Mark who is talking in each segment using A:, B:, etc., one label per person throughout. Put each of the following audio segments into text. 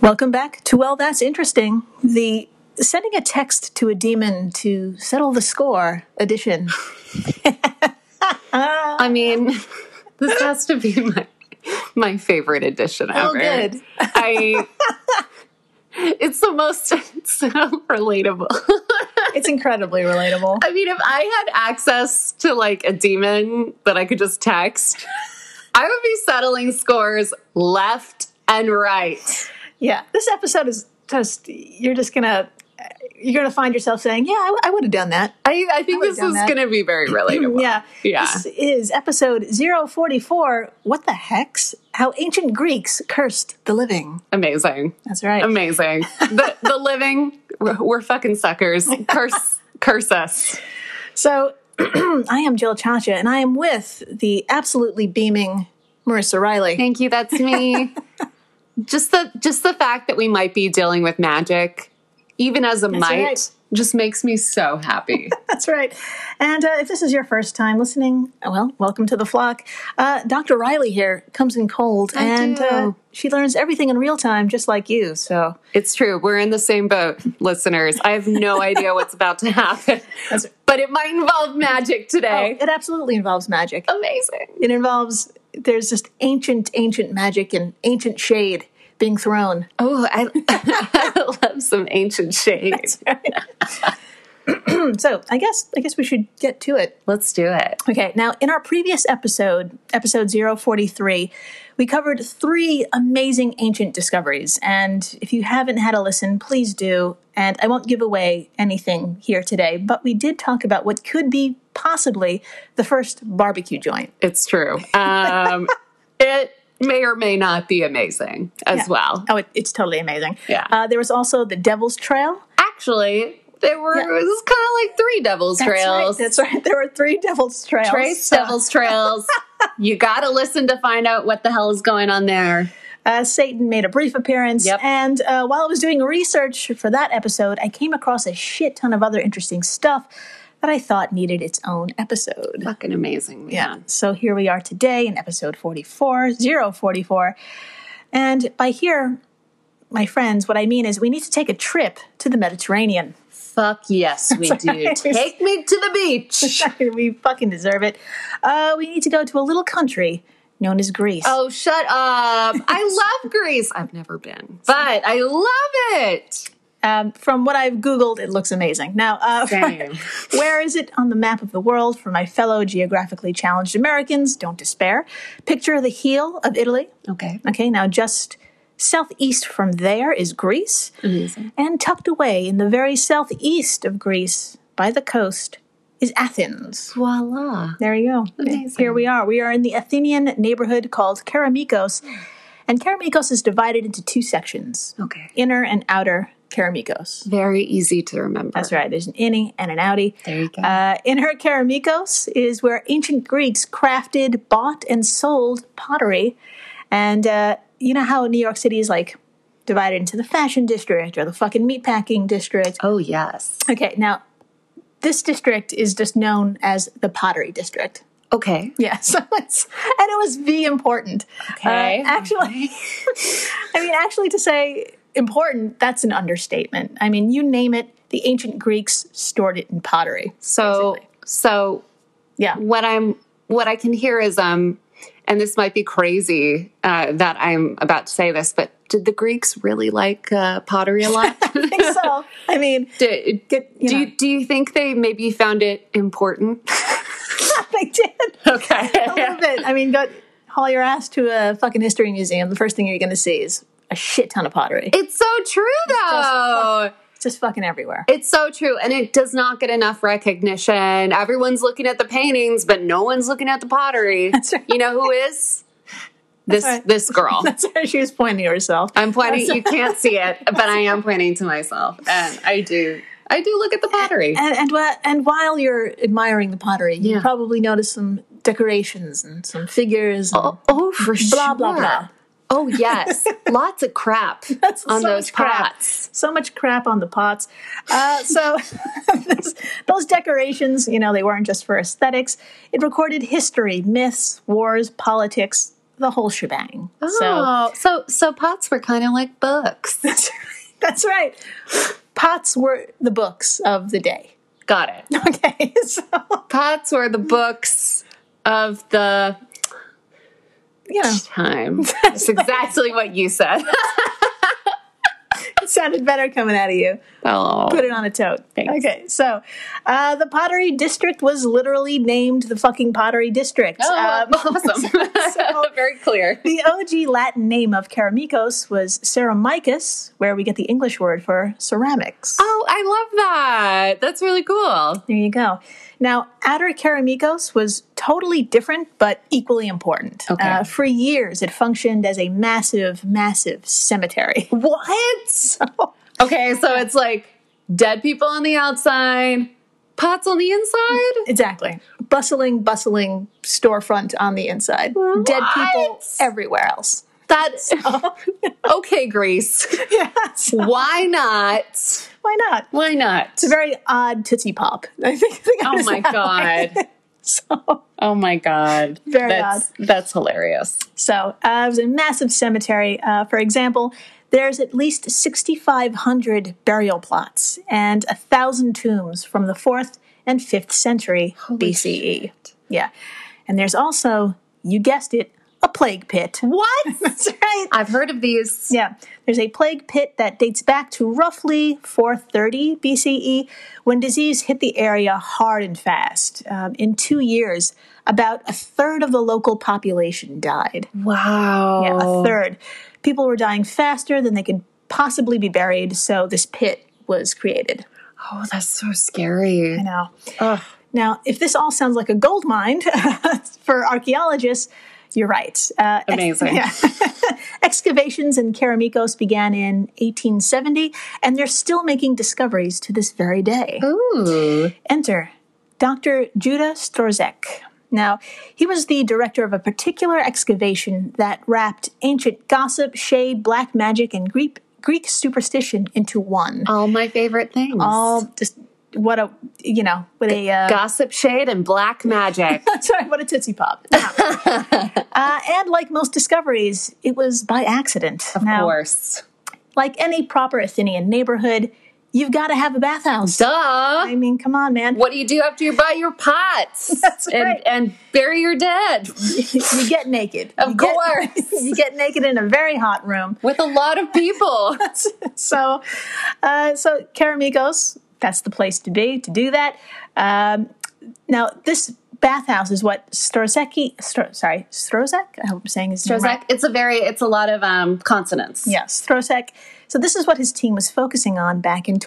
A: Welcome back to Well, That's Interesting, the sending a text to a demon to settle the score edition.
B: I mean, this has to be my my favorite edition
A: Oh,
B: ever.
A: good.
B: I it's the most it's so relatable.
A: It's incredibly relatable.
B: I mean, if I had access to like a demon that I could just text, I would be settling scores left and right.
A: Yeah, this episode is just, you're just going to. You're gonna find yourself saying, "Yeah, I, would have done that."
B: I, I think
A: I would've
B: this
A: done
B: is
A: that.
B: going to be very relatable.
A: Yeah,
B: Yeah.
A: This is episode 044. What the hex? How ancient Greeks cursed the living.
B: Amazing.
A: That's right.
B: Amazing. the, the living, we're, we're fucking suckers. Curse, curse us.
A: So I am Jill Chacha, and I am with the absolutely beaming Marissa Riley.
B: Thank you. That's me. just the just the fact that we might be dealing with magic, even as a might,
A: right.
B: just makes me so happy.
A: That's right. And uh, if this is your first time listening, uh, well, welcome to the flock. Uh, Dr. Riley here comes in cold, and Uh,
B: do.
A: she learns everything in real time, just like you. So
B: it's true. We're in the same boat, listeners. I have no idea what's about to happen,
A: That's-
B: but it might involve magic today.
A: it absolutely involves magic.
B: Amazing.
A: It involves there's just ancient, ancient magic and ancient shade being thrown.
B: Oh, I, I love some ancient shade.
A: Um, So I guess I guess we should get to it.
B: Let's do it.
A: Okay, now in our previous episode, episode 043, we covered three amazing ancient discoveries. And if you haven't had a listen, please do. And I won't give away anything here today, but we did talk about what could be possibly the first barbecue joint.
B: It's true. Um, it may or may not be amazing as
A: Yeah.
B: well.
A: Oh, it, it's totally amazing.
B: Yeah.
A: Uh, there was also the Devil's Trail.
B: actually there were
A: Yeah.
B: it was kind of like three devil's trails
A: That's right. That's right. There were three Devil's Trails.
B: trace
A: So,
B: devil's trails you gotta listen to find out what the hell is going on there
A: Uh, Satan made a brief appearance.
B: Yep.
A: And uh, while I was doing research for that episode, I came across a shit ton of other interesting stuff that I thought needed its own episode.
B: fucking amazing man.
A: Yeah. So here we are today in episode 44, 044. And by here, my friends, what I mean is we need to take a trip to the Mediterranean.
B: fuck yes we do take me to the beach
A: we fucking deserve it. Uh, we need to go to a little country known as Greece.
B: oh shut up i love greece i've never been but i love it
A: Um, from what I've Googled, it looks amazing. Now, uh,
B: Same.
A: where is it on the map of the world for my fellow geographically challenged Americans? Don't despair. Picture the heel of Italy.
B: okay
A: Okay, now just southeast from there is Greece. And tucked away in the very southeast of Greece by the coast is Athens.
B: voila
A: There you go.
B: Amazing.
A: Here we are. We are in the Athenian neighborhood called Karamikos. And Karamikos is divided into two sections
B: okay
A: inner and outer Karamikos.
B: very easy to remember
A: That's right. There's an innie and an outie.
B: there you go
A: Uh, in her Karamikos is where ancient Greeks crafted, bought, and sold pottery. And uh, you know how New York City is like divided into the fashion district or the fucking meatpacking district.
B: oh yes
A: Okay, now this district is just known as the pottery district.
B: okay
A: Yeah, so it's and it was V important.
B: Okay.
A: Uh, actually, I mean, actually, to say important, that's an understatement. I mean, you name it, the ancient Greeks stored it in pottery.
B: so so
A: Yeah,
B: what I'm what I can hear is um, and this might be crazy uh, that I'm about to say this, but did the Greeks really like uh, pottery a lot?
A: I think so. I mean,
B: do,
A: you
B: do,
A: know.
B: you, do you think they maybe found it important?
A: they did
B: Okay,
A: a little bit. I mean, go haul your ass to a fucking history museum. The first thing you're going to see is a shit ton of pottery.
B: it's so true though.
A: It's just fucking everywhere.
B: It's so true, and it does not get enough recognition. Everyone's looking at the paintings, but no one's looking at the pottery.
A: right.
B: You know who is this
A: right.
B: this girl?
A: That's where she was pointing to herself.
B: I'm pointing. You can't see it, but I am pointing to myself, and I do. I do look at the pottery.
A: And and, wha- and while you're admiring the pottery, you
B: Yeah.
A: probably notice some decorations and some figures. And
B: Oh, oh, for sure.
A: blah blah blah.
B: Oh yes, lots of crap on
A: so
B: those
A: much crap.
B: pots.
A: So much crap on the pots. Uh, so this- those decorations, you know, they weren't just for aesthetics. It recorded history, myths, wars, politics, the whole shebang. So
B: Oh, so so pots were kind of like books.
A: that's right. Pots were the books of the day.
B: Got it.
A: Okay, so
B: Pots were the books of the
A: you know,
B: time. That's exactly what you said.
A: it sounded better coming out of you.
B: oh,
A: Put it on a tote. Okay, so uh, the Pottery District was literally named the fucking Pottery District.
B: Oh,
A: Um,
B: awesome.
A: so-
B: Very clear.
A: the OG Latin name of Ceramicos was Ceramicus, where we get the English word for ceramics.
B: Oh, I love that. That's really cool.
A: There you go. Now, Outer Ceramicos was totally different, but equally important.
B: Okay.
A: Uh, for years, it functioned as a massive, massive cemetery.
B: What? okay, so it's like dead people on the outside, pots on the inside.
A: exactly. Bustling, bustling storefront on the inside. Dead people
B: What? Oh.
A: everywhere else.
B: That okay, Grace.
A: yes.
B: Why not?
A: Why not?
B: Why not?
A: It's a very odd Tootsie Pop. I think. I think it
B: Oh
A: was
B: my
A: that way.
B: god.
A: So,
B: Oh my god.
A: Very
B: that's that's hilarious.
A: so uh, it was a massive cemetery. Uh, for example, there's at least 6,500 burial plots and a thousand tombs from the fourth and fifth century BCE.
B: E.
A: Yeah, and there's also, you guessed it, a plague pit.
B: What?
A: That's right.
B: I've heard of these.
A: Yeah, there's a plague pit that dates back to roughly 430 BCE E when disease hit the area hard and fast. Um, in two years, about a third of the local population died.
B: Wow.
A: Yeah, a third. People were dying faster than they could possibly be buried, so this pit was created.
B: Oh, that's so scary.
A: You know.
B: Ugh.
A: Now, if this all sounds like a gold mine for archaeologists, you're right. Uh, ex-
B: Amazing.
A: yeah. Excavations in Ceramicos began in 1870, and they're still making discoveries to this very day.
B: Ooh.
A: Enter Dr. Judah Storzek. Now, he was the director of a particular excavation that wrapped ancient gossip, shade, black magic, and Greek, Greek superstition into one.
B: All my favorite things.
A: All just what a, you know, what a. Uh,
B: gossip shade and black magic.
A: Sorry, what a tootsie pop. uh, and like most discoveries, it was by accident. Of
B: course.
A: Like any proper Athenian neighborhood, you've got to have a bathhouse.
B: Duh.
A: I mean, come on, man.
B: What do you do after you buy your pots
A: That's
B: and,
A: right.
B: and bury your dead?
A: you get naked.
B: Of
A: You get-
B: course.
A: you get naked in a very hot room.
B: With a lot of people.
A: So, uh, so Caramigos, that's the place to be to do that. Um, now, this bathhouse is what Strozecki, Stro, sorry, Strozek? I hope I'm saying his name right.
B: Prozac, it's a very, it's a lot of um, consonants.
A: Yes, Throsek. So this is what his team was focusing on back in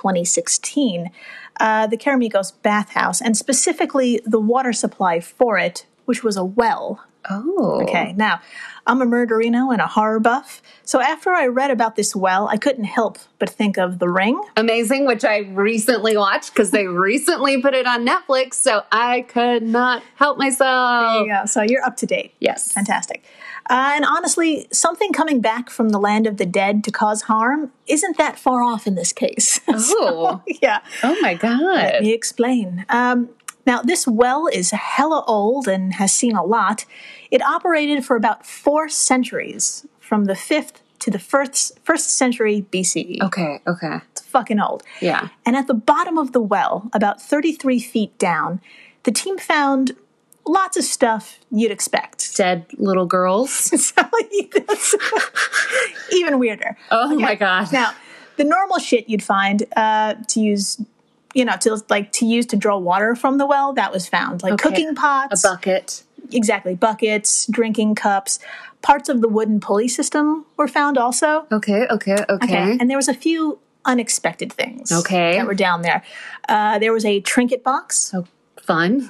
A: 2016, uh, the Caramigos bathhouse, and specifically the water supply for it, which was a well.
B: Oh.
A: Okay, now I'm a murderino and a horror buff, so after I read about this well, I couldn't help but think of The Ring.
B: Amazing, which I recently watched because they recently put it on Netflix, so I could not help myself.
A: Yeah, so you're up to date.
B: Yes.
A: Fantastic. Uh, and honestly, something coming back from the land of the dead to cause harm isn't that far off in this case.
B: Oh.
A: yeah.
B: Oh my god.
A: me explain. Um, now, this well is hella old and has seen a lot. It operated for about four centuries, from the 5th to the first, first century BCE.
B: Okay, okay.
A: It's fucking old.
B: Yeah.
A: And at the bottom of the well, about 33 feet down, the team found lots of stuff you'd expect.
B: Dead little girls.
A: So, even weirder.
B: Oh my god.
A: Now, the normal shit you'd find uh, to use, you know, to like to use to draw water from the well that was found, like cooking
B: a
A: pots,
B: bucket.
A: exactly buckets, drinking cups, parts of the wooden pulley system were found also.
B: Okay, okay, okay.
A: And there was a few unexpected things
B: Okay.
A: that were down there. Uh, there was a trinket box.
B: so Oh, fun.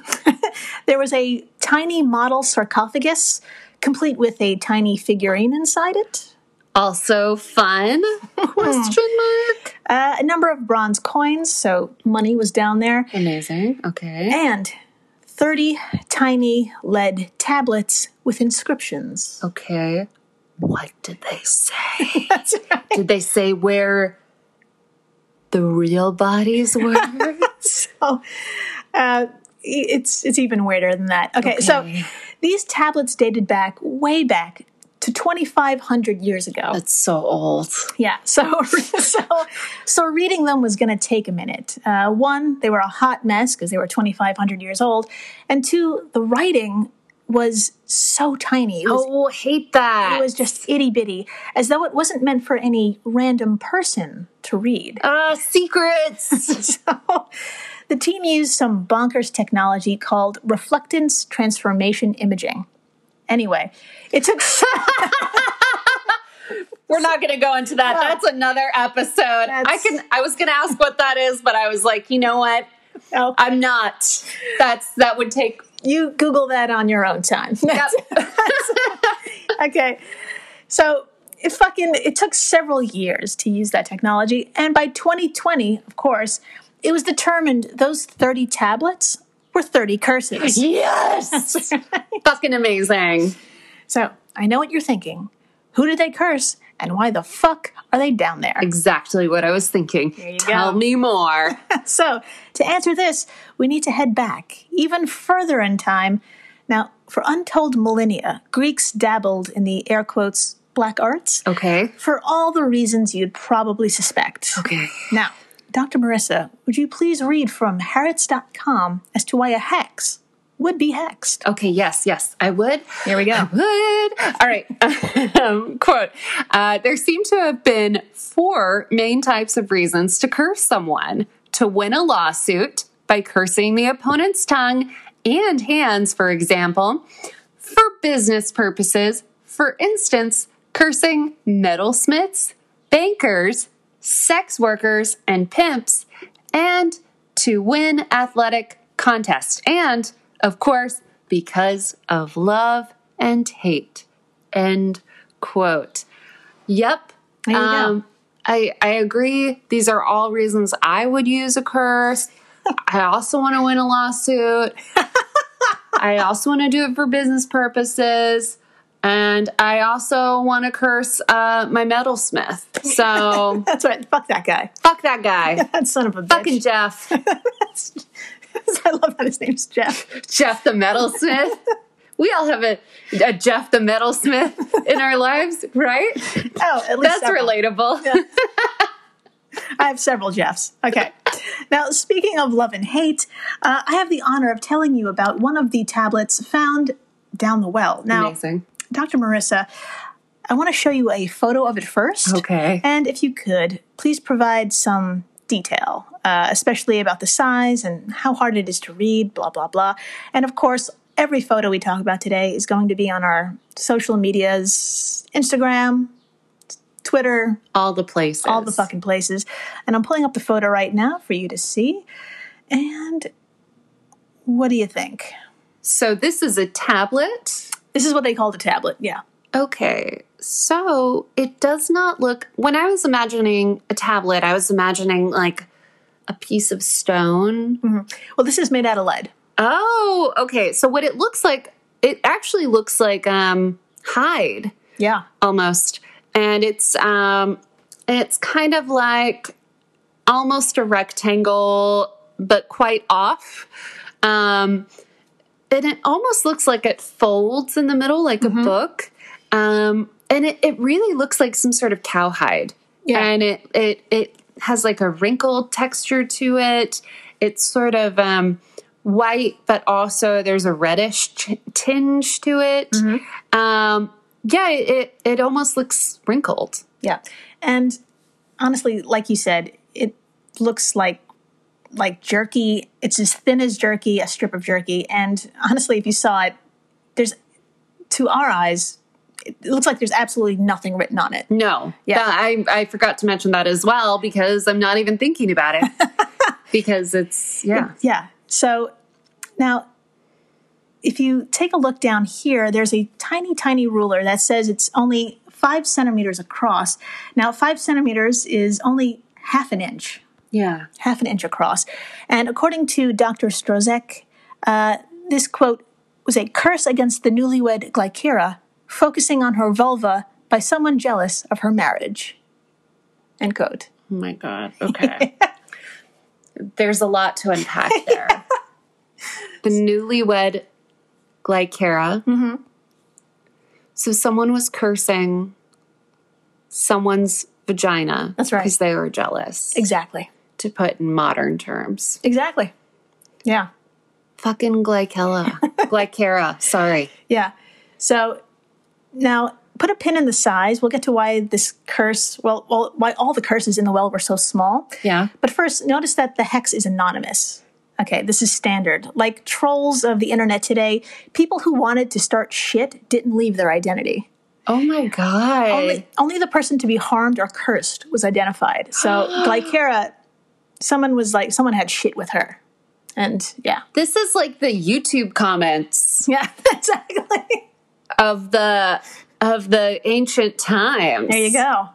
A: There was a tiny model sarcophagus, complete with a tiny figurine inside it.
B: Also fun. Question mark.
A: Uh, a number of bronze coins, so money was down there.
B: Amazing. Okay.
A: and 30 tiny lead tablets with inscriptions.
B: Okay. What did they say?
A: That's right.
B: Did they say where the real bodies were?
A: Oh, uh, it's it's even weirder than that. Okay, so These tablets dated back way back to 2,500 years ago.
B: That's so old.
A: Yeah, so so so reading them was going to take a minute. Uh, one, they were a hot mess because they were 2,500 years old, and two, the writing was so tiny. It was,
B: Oh, hate that.
A: it was just itty bitty, as though it wasn't meant for any random person to read.
B: uh, secrets.
A: So the team used some bonkers technology called reflectance transformation imaging. Anyway, it took
B: We're not going to go into that. That's another episode. I
A: That's-
B: can. I was going to ask what that is, but I was like, you know what?
A: oh,
B: I'm not. That's that would take.
A: you Google that on your own time.
B: Yep.
A: okay. So it fucking it took several years to use that technology, and by 2020, of course, it was determined those 30 tablets were 30 curses.
B: yes. Fucking amazing.
A: So I know what you're thinking. Who did they curse, and why the fuck are they down there?
B: Exactly what I was thinking.
A: you
B: Tell
A: go.
B: me more.
A: So to answer this, we need to head back even further in time. Now, for untold millennia, Greeks dabbled in the air quotes black arts.
B: Okay.
A: for all the reasons you'd probably suspect.
B: Okay.
A: Now, Dr. Marissa, would you please read from Harrods.com as to why a hex would be hexed?
B: Okay. Yes. Yes. I would.
A: Here we go.
B: Would. All right. Um, quote uh, There seem to have been four main types of reasons to curse someone to win a lawsuit by cursing the opponent's tongue and hands, for example, for business purposes, for instance, cursing metalsmiths, bankers, sex workers, and pimps, and to win athletic contest. And, of course, because of love and hate. End quote. Yep. Um,
A: There you go.
B: I, I agree. These are all reasons I would use a curse. I also want to win a lawsuit. I also want to do it for business purposes. And I also want to curse uh, my metalsmith. So
A: That's right. Fuck that guy.
B: fuck that guy.
A: That son of a bitch.
B: Fucking Jeff.
A: I love that his name's Jeff.
B: Jeff the metalsmith. We all have a, a Jeff the metalsmith in our lives, right?
A: Oh, at least
B: That's
A: several.
B: relatable.
A: I have several Jeffs. Okay. now, speaking of love and hate, uh, I have the honor of telling you about one of the tablets found down the well. Now,
B: Amazing.
A: Dr. Marissa, I want to show you a photo of it first.
B: Okay.
A: And if you could, please provide some detail, uh, especially about the size and how hard it is to read, blah, blah, blah. And of course, every photo we talk about today is going to be on our social medias Instagram, Twitter,
B: All the places.
A: all the fucking places. And I'm pulling up the photo right now for you to see. And what do you think?
B: So this is a tablet.
A: This is what they called a tablet. Yeah.
B: Okay. So it does not look. When I was imagining a tablet, I was imagining like a piece of stone.
A: Mm-hmm. Well, this is made out of lead.
B: Oh, okay. So what it looks like, it actually looks like um hide
A: Yeah.
B: almost, and it's um it's kind of like almost a rectangle, but quite off. Um, and it almost looks like it folds in the middle like a book. Um, and it, it really looks like some sort of cowhide.
A: Yeah.
B: And it, it, it has like a wrinkled texture to it. It's sort of um, white, but also there's a reddish t- tinge to it. Um, yeah, it, it, it almost looks wrinkled.
A: Yeah. And honestly, like you said, it looks like like jerky. It's as thin as jerky, a strip of jerky. And honestly, if you saw it, there's to our eyes, it looks like there's absolutely nothing written on it.
B: No.
A: Yeah.
B: That- I, I forgot to mention that as well because I'm not even thinking about it. because it's, yeah.
A: Yeah. So now if you take a look down here, there's a tiny, tiny ruler that says it's only five centimeters across. Now, five centimeters is only half an inch.
B: Yeah.
A: half an inch across. And according to Dr. Strozek, uh, this quote was a curse against the newlywed Glycera, focusing on her vulva by someone jealous of her marriage. End quote.
B: Oh my God. Okay. There's a lot to unpack there. the newlywed look like, Kara.
A: hmm
B: So someone was cursing someone's vagina.
A: That's right.
B: Because they were jealous,
A: Exactly.
B: to put in modern terms.
A: Exactly. Yeah.
B: Fucking Glycella. Glycara, sorry.
A: Yeah. So now put a pin in the size. We'll get to why this curse, well, well why all the curses in the well were so small.
B: Yeah.
A: But first, notice that the hex is anonymous. Okay, this is standard. Like trolls of the internet today, people who wanted to start shit didn't leave their identity.
B: Oh my God.
A: Only, only the person to be harmed or cursed was identified. So, Glycara, someone was like, someone had shit with her. And yeah.
B: this is like the YouTube comments
A: Yeah, exactly.
B: of the of the ancient times.
A: There you go.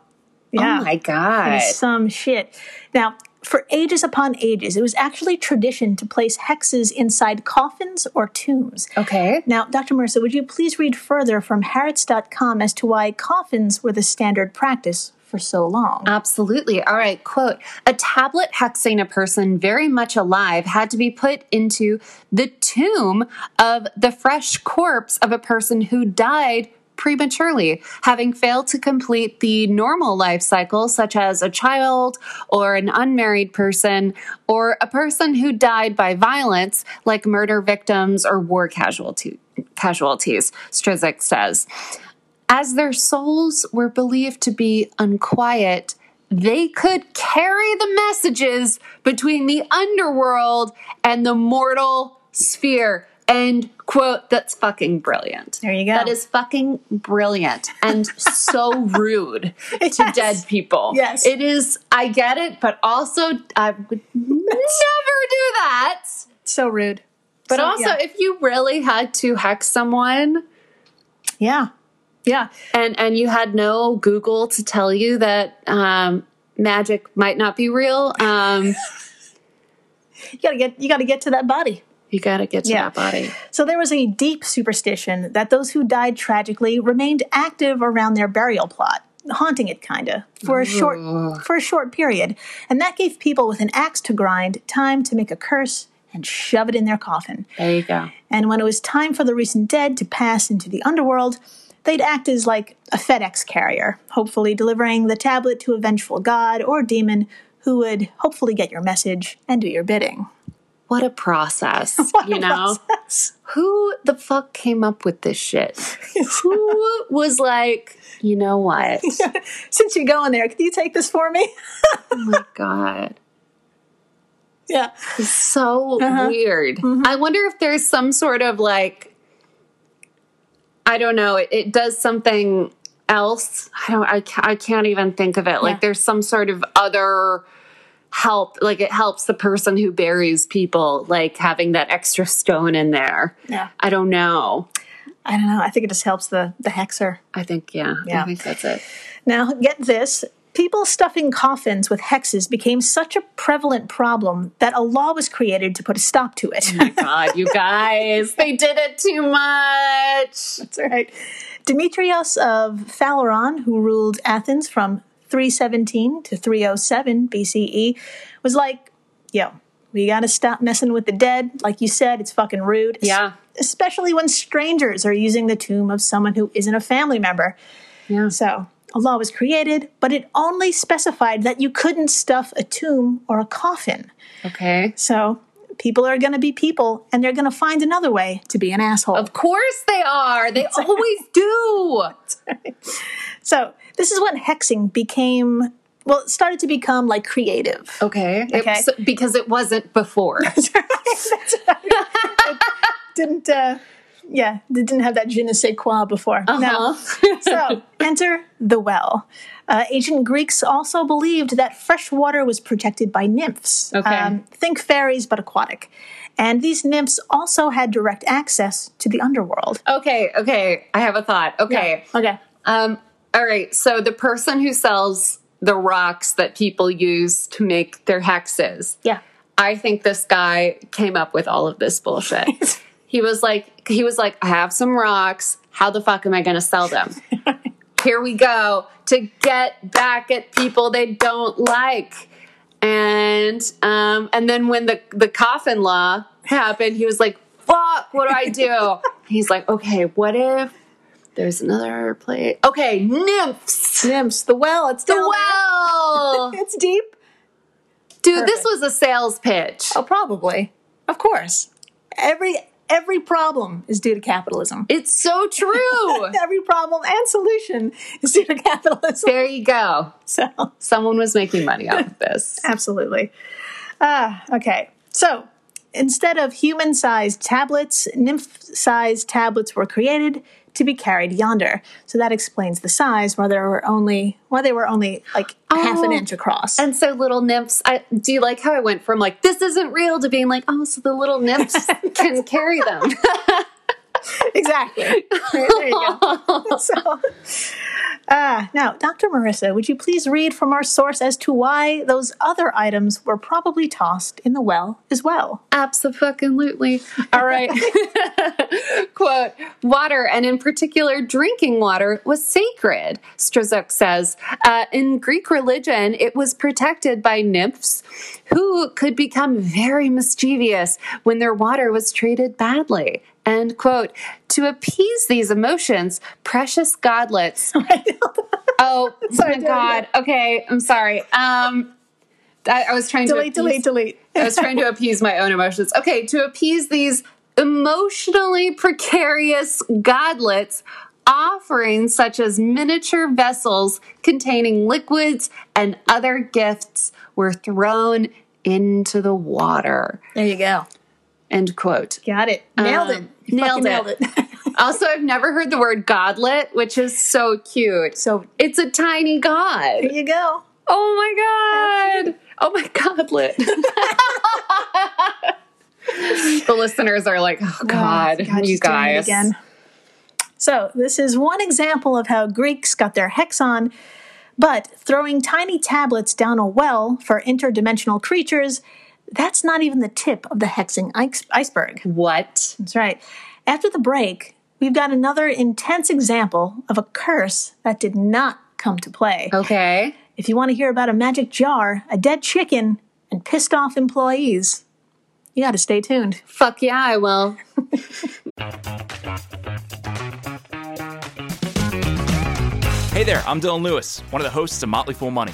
A: Yeah.
B: Oh my God.
A: Some shit. Now, for ages upon ages, it was actually tradition to place hexes inside coffins or tombs.
B: Okay.
A: Now, Dr. Mercer, would you please read further from Harrods.com as to why coffins were the standard practice for so long?
B: Absolutely. All right. Quote A tablet hexing a person very much alive had to be put into the tomb of the fresh corpse of a person who died prematurely, having failed to complete the normal life cycle, such as a child or an unmarried person or a person who died by violence, like murder victims or war casualty, casualties, Strizik says. As their souls were believed to be unquiet, they could carry the messages between the underworld and the mortal sphere. End quote. That's fucking brilliant.
A: There you go.
B: That is fucking brilliant and so rude to dead people.
A: Yes.
B: It is, I get it, but also I would never do that.
A: so rude.
B: But
A: So,
B: also,
A: yeah.
B: if you really had to hex someone,
A: yeah. Yeah.
B: and and you had no Google to tell you that um, magic might not be real, um,
A: You gotta get you gotta get to that body.
B: you got to get to
A: Yeah.
B: that body.
A: So there was a deep superstition that those who died tragically remained active around their burial plot, haunting it kinda for a short for a short period, and that gave people with an axe to grind time to make a curse and shove it in their coffin.
B: There you go.
A: And when it was time for the recent dead to pass into the underworld, they'd act as like a FedEx carrier, hopefully delivering the tablet to a vengeful god or demon who would hopefully get your message and do your bidding.
B: What a process, you know.
A: Process.
B: Who the fuck came up with this shit? Who was like, you know what?
A: Since you're going there, can you take this for me?
B: Oh my god.
A: yeah.
B: so
A: Uh-huh.
B: weird.
A: Mm-hmm.
B: I wonder if there's some sort of like, I don't know, it, it does something else. I don't, I, ca- I can't even think of it.
A: Yeah.
B: Like there's some sort of other help, like it helps the person who buries people, like having that extra stone in there.
A: Yeah.
B: I don't know.
A: I don't know. I think it just helps the, the hexer.
B: I think, yeah,
A: Yeah.
B: I think that's it.
A: Now, get this. People stuffing coffins with hexes became such a prevalent problem that a law was created to put a stop to it.
B: Mm. God, you guys, they did it too much.
A: That's right. Demetrios of Phaleron, who ruled Athens from 317 to 307 BCE, E, was like, yo, we gotta stop messing with the dead. Like you said, it's fucking rude.
B: Yeah.
A: Especially when strangers are using the tomb of someone who isn't a family member.
B: Yeah.
A: So a law was created, but it only specified that you couldn't stuff a tomb or a coffin.
B: Okay.
A: So people are gonna be people and they're gonna find another way to be an asshole.
B: Of course they are. They always do.
A: So this is when hexing became well, it started to become like creative.
B: Okay. It-
A: Okay.
B: so- because it wasn't before.
A: Didn't uh yeah, they didn't have that je ne sais quoi before. No.
B: Uh-huh.
A: So enter the well. Uh, ancient Greeks also believed that fresh water was protected by nymphs. Um,
B: Okay.
A: think fairies, but aquatic. And these nymphs also had direct access to the underworld.
B: okay. Okay. I have a thought. Okay.
A: Oh. Okay.
B: Um, all right. So the person who sells the rocks that people use to make their hexes,
A: Yeah.
B: I think this guy came up with all of this bullshit. he was like, he was like, I have some rocks. How the fuck am I going to sell them? Here we go to get back at people they don't like. And um, and then when the the coffin law happened, he was like, fuck, what do I do? He's like, okay, what if there's another play? Okay, nymphs.
A: Nymphs, the well, it's
B: The
A: down
B: well.
A: there. It's deep.
B: Dude, this was a sales pitch.
A: Oh, probably. Of course. Every every problem is due to capitalism.
B: It's so true.
A: Every problem and solution is due to capitalism.
B: there you go.
A: So,
B: Someone was making money off of this.
A: absolutely. Ah, okay. So, instead of human-sized tablets, nymph-sized tablets were created to be carried yonder. So that explains the size. Why there were only why they were only like half an
B: Oh.
A: inch across.
B: And so little nymphs, I do you like how I went from like this isn't real to being like, oh, so the little nymphs can carry them.
A: exactly. there you go. so, uh, now, Dr. Marissa, would you please read from our source as to why those other items were probably tossed in the well as well?
B: Absolutely. All right. Quote Water, and in particular, drinking water, was sacred, Strzok says. Uh, in Greek religion, it was protected by nymphs who could become very mischievous when their water was treated badly. End quote. To appease these emotions, precious godlets. oh, my God. Okay. I'm sorry. Um, I, I was trying to
A: Delete, delete,
B: appease-
A: delete.
B: I was trying to appease my own emotions. Okay, to appease these emotionally precarious godlets, offerings such as miniature vessels containing liquids and other gifts were thrown into the water.
A: There you go.
B: End quote.
A: Got it. Nailed
B: Um,
A: it. You fucking
B: nailed it. Also, I've never heard the word godlet, which is so cute.
A: so,
B: It's a tiny god.
A: there you go.
B: Oh my god! Oh my godlet. the listeners are like, oh god, you
A: she's doing it
B: guys.
A: again. So, this is one example of how Greeks got their hex on, but throwing tiny tablets down a well for interdimensional creatures, that's not even the tip of the hexing ice- iceberg.
B: Hmm. What?
A: That's right. After the break, we've got another intense example of a curse that did not come to play.
B: Oh. Okay.
A: If you want to hear about a magic jar, a dead chicken, and pissed off employees, you got to stay tuned.
B: Fuck yeah, I will.
C: Hey there, I'm Dylan Lewis, one of the hosts of Motley Fool Money.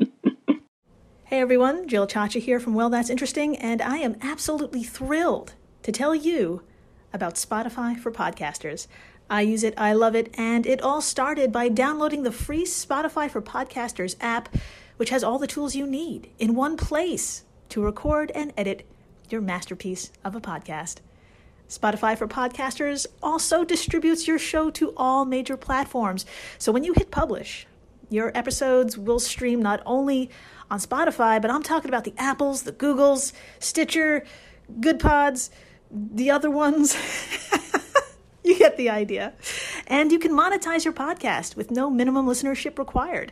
A: Hey everyone, Jill Chacha here from Well That's Interesting, and I am absolutely thrilled to tell you about Spotify for podcasters. I use it, I love it, and it all started by downloading the free Spotify for Podcasters app, which has all the tools you need in one place to record and edit your masterpiece of a podcast. Spotify for Podcasters also distributes your show to all major platforms. So when you hit publish, your episodes will stream not only on Spotify, but I'm talking about the Apples, the Googles, Stitcher, Good Pods, the other ones. you get the idea. And you can monetize your podcast with no minimum listenership required.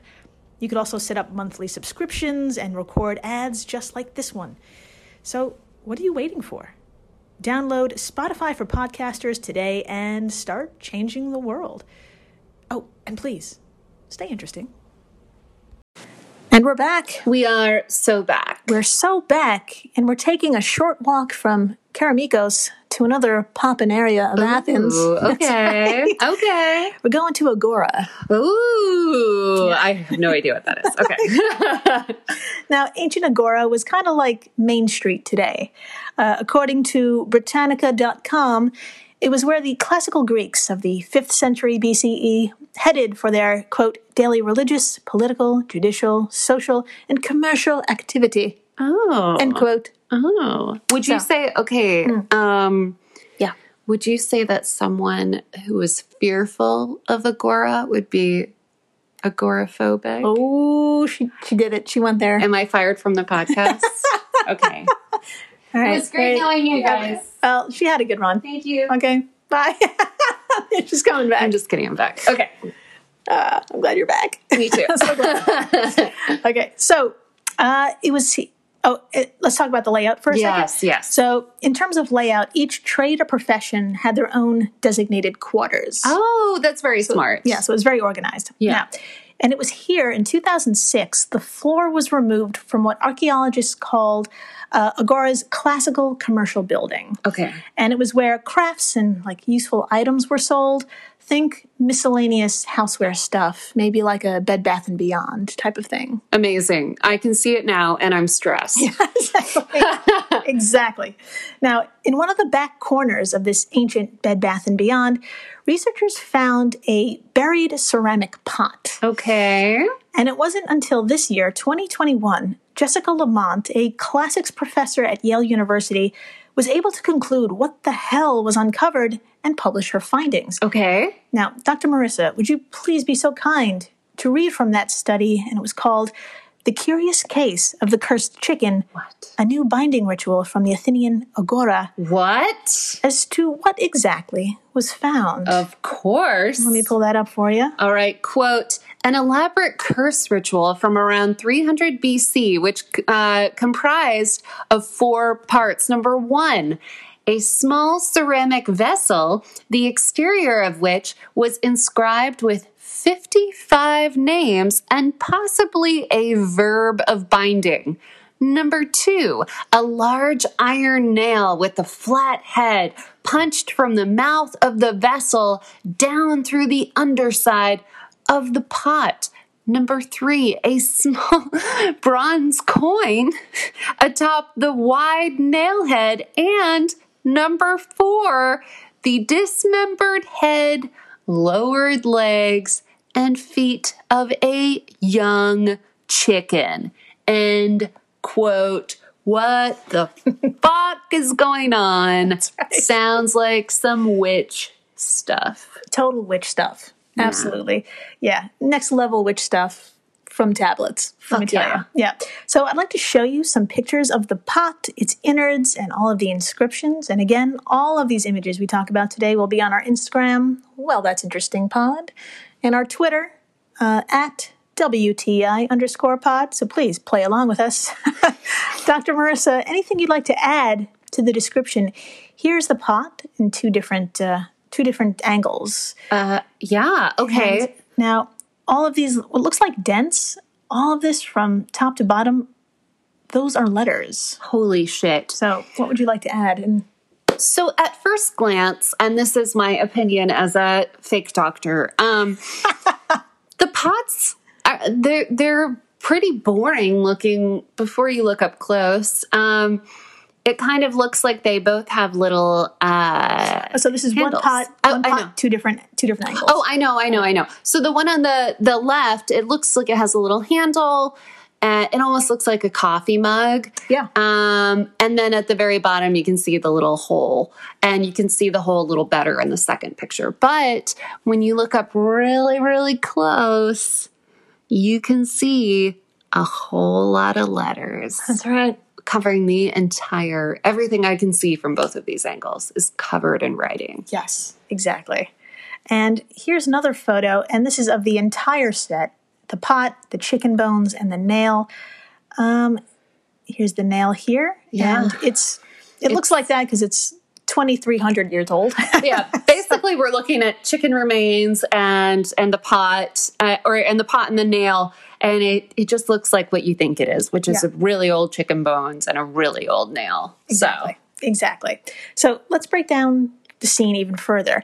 A: You could also set up monthly subscriptions and record ads just like this one. So, what are you waiting for? Download Spotify for podcasters today and start changing the world. Oh, and please Stay interesting. And we're back.
B: We are so back.
A: We're so back, and we're taking a short walk from Karamikos to another poppin' area of Athens.
B: Ooh,
A: That's
B: okay.
A: right.
B: Okay.
A: We're going to Agora.
B: Ooh. I have no idea what that is. Okay.
A: Now, ancient Agora was kind of like Main Street today. Uh, according to Britannica.com, it was where the classical Greeks of the 5th century BCE headed for their, quote, daily religious, political, judicial, social, and commercial activity,
B: oh.
A: end quote.
B: Oh. Would you
A: So- Hmm.
B: say okay, um
A: Yeah.
B: would you say that someone who was fearful of agora would be agoraphobic?
A: Oh, she, she did it. She went there.
B: Am I fired from the podcast? okay.
A: All right. Great.
B: you guys.
A: Well, she had a good run.
B: Thank you.
A: Okay. Bye. She's coming back.
B: I'm just kidding. I'm back. Okay.
A: Uh, I'm glad you're back.
B: Me too.
A: okay. So uh, it was. Oh, it, let's talk about the layout for a
B: yes,
A: second.
B: yes.
A: So, in terms of layout, each trade or profession had their own designated quarters.
B: oh, that's very smart.
A: Yeah, so it was very organized.
B: Yeah.
A: And it was here in 2006, the floor was removed from what archaeologists called uh, Agora's classical commercial building.
B: Okay.
A: And it was where crafts and like useful items were sold. Think miscellaneous houseware stuff, maybe like a Bed Bath and Beyond type of thing.
B: Amazing. I can see it now and I'm stressed.
A: exactly. exactly. Now, in one of the back corners of this ancient Bed Bath and Beyond, researchers found a buried ceramic pot.
B: Okay.
A: And it wasn't until this year, 2021, Jessica Lamont, a classics professor at Yale University, was able to conclude what the hell was uncovered and publish her findings.
B: Okay.
A: Now, Dr. Marissa, would you please be so kind to read from that study? And it was called The Curious Case of the Cursed Chicken
B: What? Mm.
A: a new binding ritual from the Athenian Agora
B: What?
A: as to what exactly was found.
B: Of course.
A: Let me pull that up for you.
B: All right, quote, an elaborate curse ritual from around 300 BC, which uh, comprised of four parts. Number one, a small ceramic vessel, the exterior of which was inscribed with 55 names and possibly a verb of binding. Number two, a large iron nail with a flat head punched from the mouth of the vessel down through the underside of the pot. Number three, a small bronze coin atop the wide nail head. And number four, the dismembered head, lowered legs, and feet of a young chicken. End quote. What the fuck is going on? Sounds like some witch stuff.
A: Total witch stuff. Absolutely. Yeah. Next level witch stuff from tablets. Let me
B: Fuck
A: tell
B: yeah.
A: you. Yeah. So I'd like to show you some pictures of the pot, its innards, and all of the inscriptions. And again, all of these images we talk about today will be on our Instagram, well, that's interesting pod, and our Twitter uh, at WTI underscore pod. So please play along with us. Dr. Marissa, anything you'd like to add to the description? Here's the pot in two different uh, two different angles.
B: Yeah, okay.
A: Now, all of these, what looks like dents, all of this from top to bottom, those are letters.
B: Holy shit.
A: So, what would you like to add? And
B: So at first glance, and this is my opinion as a fake doctor, um, the pots are, they're they're pretty boring looking before you look up close. Um, it kind of looks like they both have little. Uh,
A: oh, so, this is one
B: Handles.
A: pot,
B: Oh,
A: one
B: I
A: pot,
B: know.
A: two different, two different angles.
B: Oh, I know, I know, I know. So the one on the the left, it looks like it has a little handle. Uh, it almost looks like a coffee mug.
A: Yeah.
B: Um, and then at the very bottom, you can see the little hole, and you can see the hole a little better in the second picture. But when you look up really, really close, you can see a whole lot of letters
A: that's right.
B: covering the entire everything I can see from both of these angles is covered in writing.
A: Yes, exactly. And here's another photo, and this is of the entire set the pot, the chicken bones, and the nail. Um, here's the nail here.
B: Yeah.
A: And it's, it looks like that because it's 2,300 years old.
B: yeah, basically basically we're looking at chicken remains and and the pot uh, or and the pot and the nail and it, it just looks like what you think it is which is
A: Yeah.
B: a really old chicken bones and a really old nail
A: Exactly. Exactly. So let's break down the scene even further.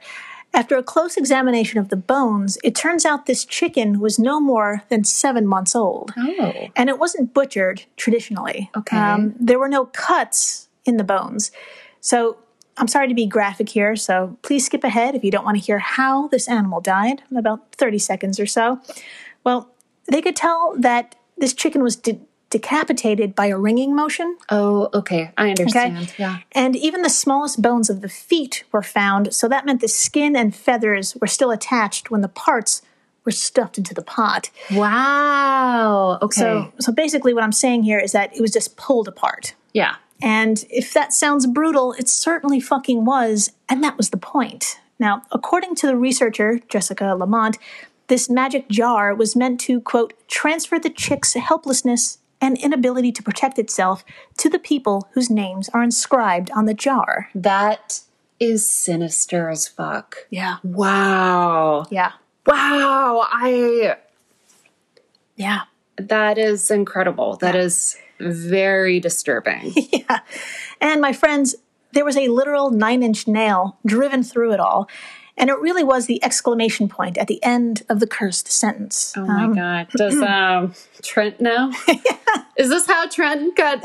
A: After a close examination of the bones, it turns out this chicken was no more than seven months old.
B: so
A: And it wasn't butchered traditionally.
B: Oh.
A: Um,
B: Okay.
A: there were no cuts in the bones. So I'm sorry to be graphic here, so please skip ahead if you don't want to hear how this animal died, about 30 seconds or so. Well, they could tell that this chicken was de- decapitated by a ringing motion.
B: oh okay i understand yeah
A: And even the smallest bones of the feet were found, so that meant the skin and feathers were still attached when the parts were stuffed into the pot.
B: wow okay
A: So, so basically, what I'm saying here is that it was just pulled apart.
B: yeah
A: And if that sounds brutal, it certainly fucking was, and that was the point. Now, according to the researcher, Jessica Lamont, this magic jar was meant to, quote, transfer the chick's helplessness and inability to protect itself to the people whose names are inscribed on the jar.
B: that is sinister as fuck
A: Yeah.
B: wow
A: Yeah.
B: wow i
A: Yeah.
B: that is incredible That is very disturbing
A: And my friends, there was a literal nine inch nail driven through it all. And it really was the exclamation point at the end of the cursed sentence.
B: Oh my god! Does um, Trent know? Is this how Trent got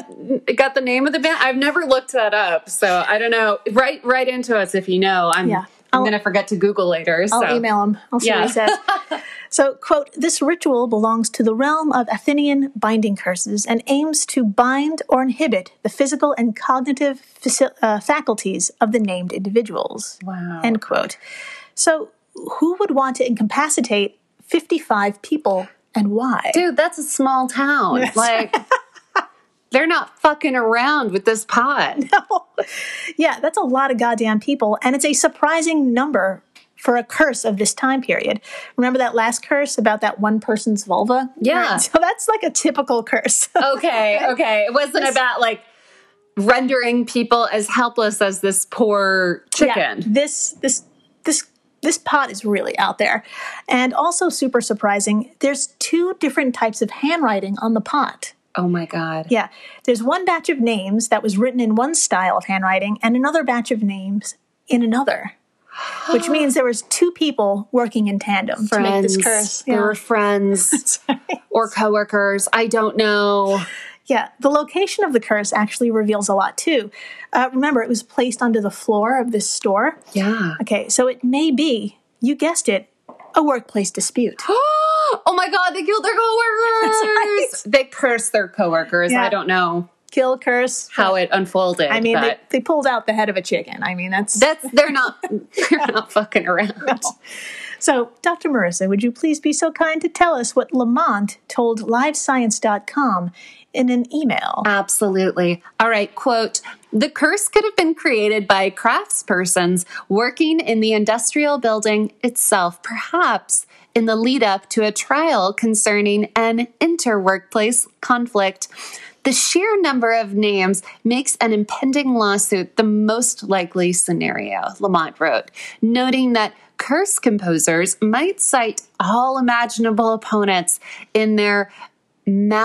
B: got the name of the band? I've never looked that up, so I don't know. Write write into us if you know. I'm
A: Yeah.
B: I'm gonna forget to Google later.
A: I'll
B: so
A: email him. I'll see what he
B: Yeah.
A: says. so, quote, this ritual belongs to the realm of Athenian binding curses and aims to bind or inhibit the physical and cognitive faci- uh, faculties of the named individuals.
B: Wow.
A: End quote. So, who would want to incapacitate 55 people and why?
B: dude, that's a small town. Like they're not fucking around with this pot.
A: yeah, that's a lot of goddamn people, and it's a surprising number for a curse of this time period. Remember that last curse about that one person's vulva?
B: Yeah.
A: So that's like a typical curse.
B: Okay, okay. It wasn't about like rendering people as helpless as this poor
A: Yeah,
B: chicken.
A: this this this this pot is really out there. And also super surprising, there's two different types of handwriting on the pot.
B: Oh my god.
A: Yeah. There's one batch of names that was written in one style of handwriting and another batch of names in another. Which means there was two people working in tandem to make this curse.
B: They
A: Yeah.
B: were friends or coworkers. I don't know.
A: Yeah, the location of the curse actually reveals a lot too. Uh, remember, it was placed under the floor of this store.
B: Yeah.
A: Okay, so it may be, you guessed it, a workplace dispute.
B: oh my God, they killed their coworkers. They cursed their coworkers.
A: Yeah.
B: I don't know
A: Kill curse.
B: how it unfolded.
A: I mean, they,
B: but
A: they pulled out the head of a chicken. I mean, that's
B: that's they're not they're not fucking around.
A: so. Dr. Marissa, would you please be so kind to tell us what Lamont told LiveScience.com in an email?
B: Uh, Absolutely. All right, quote The curse could have been created by craftspersons working in the industrial building itself, perhaps in the lead up to a trial concerning an inter workplace conflict. The sheer number of names makes an impending lawsuit the most likely scenario, Lamont wrote, noting that curse composers might cite all imaginable opponents in their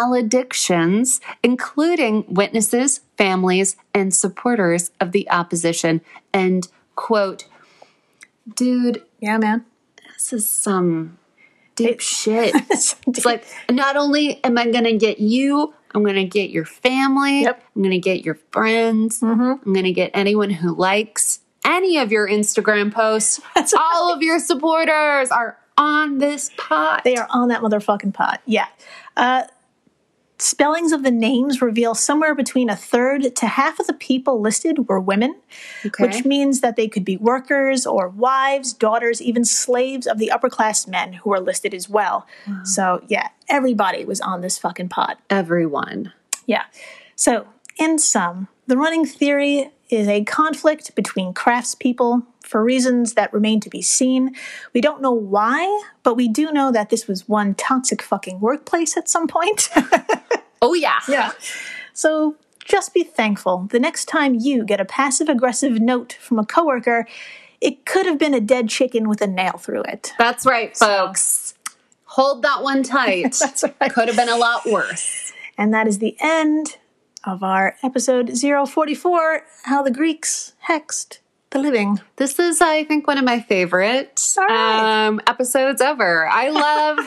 B: maledictions, including witnesses, families, and supporters of the opposition. End quote. Dude,
A: yeah, man.
B: this is some deep shit.
A: It's
B: It's like, not only am I going to get you, I'm going to get your family.
A: Yep. Mm-hmm.
B: I'm going to get your friends. I'm going to get anyone who likes any of your Instagram posts. all of your supporters are on this pot.
A: They are on that motherfucking pot. Yeah. Uh, spellings of the names reveal somewhere between a third to half of the people listed were women,
B: Okay.
A: which means that they could be workers or wives, daughters, even slaves of the upper class men who were listed as well. So, yeah, everybody was on this fucking pot.
B: Everyone.
A: Yeah. So, in sum, the running theory is a conflict between craftspeople for reasons that remain to be seen. We don't know why, but we do know that this was one toxic fucking workplace at some point.
B: Oh, yeah.
A: yeah. So, just be thankful the next time you get a passive aggressive note from a coworker, it could have been a dead chicken with a nail through it.
B: That's right, folks. Hold that one tight.
A: That's right.
B: Could have been a lot worse.
A: And that is the end of our episode 044 How the Greeks Hexed the Living.
B: This is, I think, one of my favorite
A: All right.
B: um, episodes ever. I love,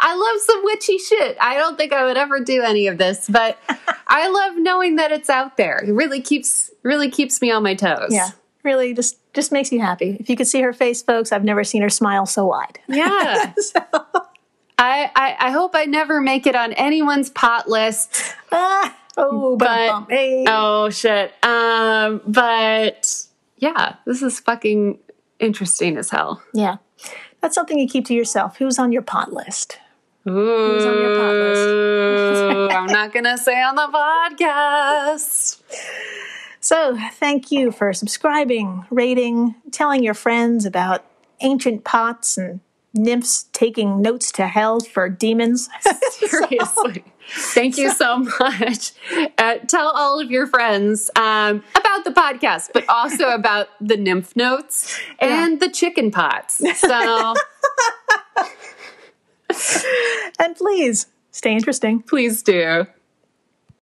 B: I love some witchy shit. I don't think I would ever do any of this, but I love knowing that it's out there. It really keeps, really keeps me on my toes.
A: Yeah, really just just makes you happy. If you could see her face, folks, I've never seen her smile so wide.
B: yeah. I, I, I hope I never make it on anyone's pot list.
A: Ah, oh, but,
B: But- Oh shit. Um, but yeah, this is fucking interesting as hell.
A: Yeah. That's something you keep to yourself. Who's on your pot list?
B: Who's
A: on your pot
B: list? I'm not gonna say on the podcast.
A: So, thank you for subscribing, rating, telling your friends about ancient pots and nymphs taking notes to hell for demons.
B: Seriously. Thank you so much. Uh, tell all of your friends um, about the podcast, but also about the nymph notes and the chicken pots. So
A: and please stay interesting.
B: please do.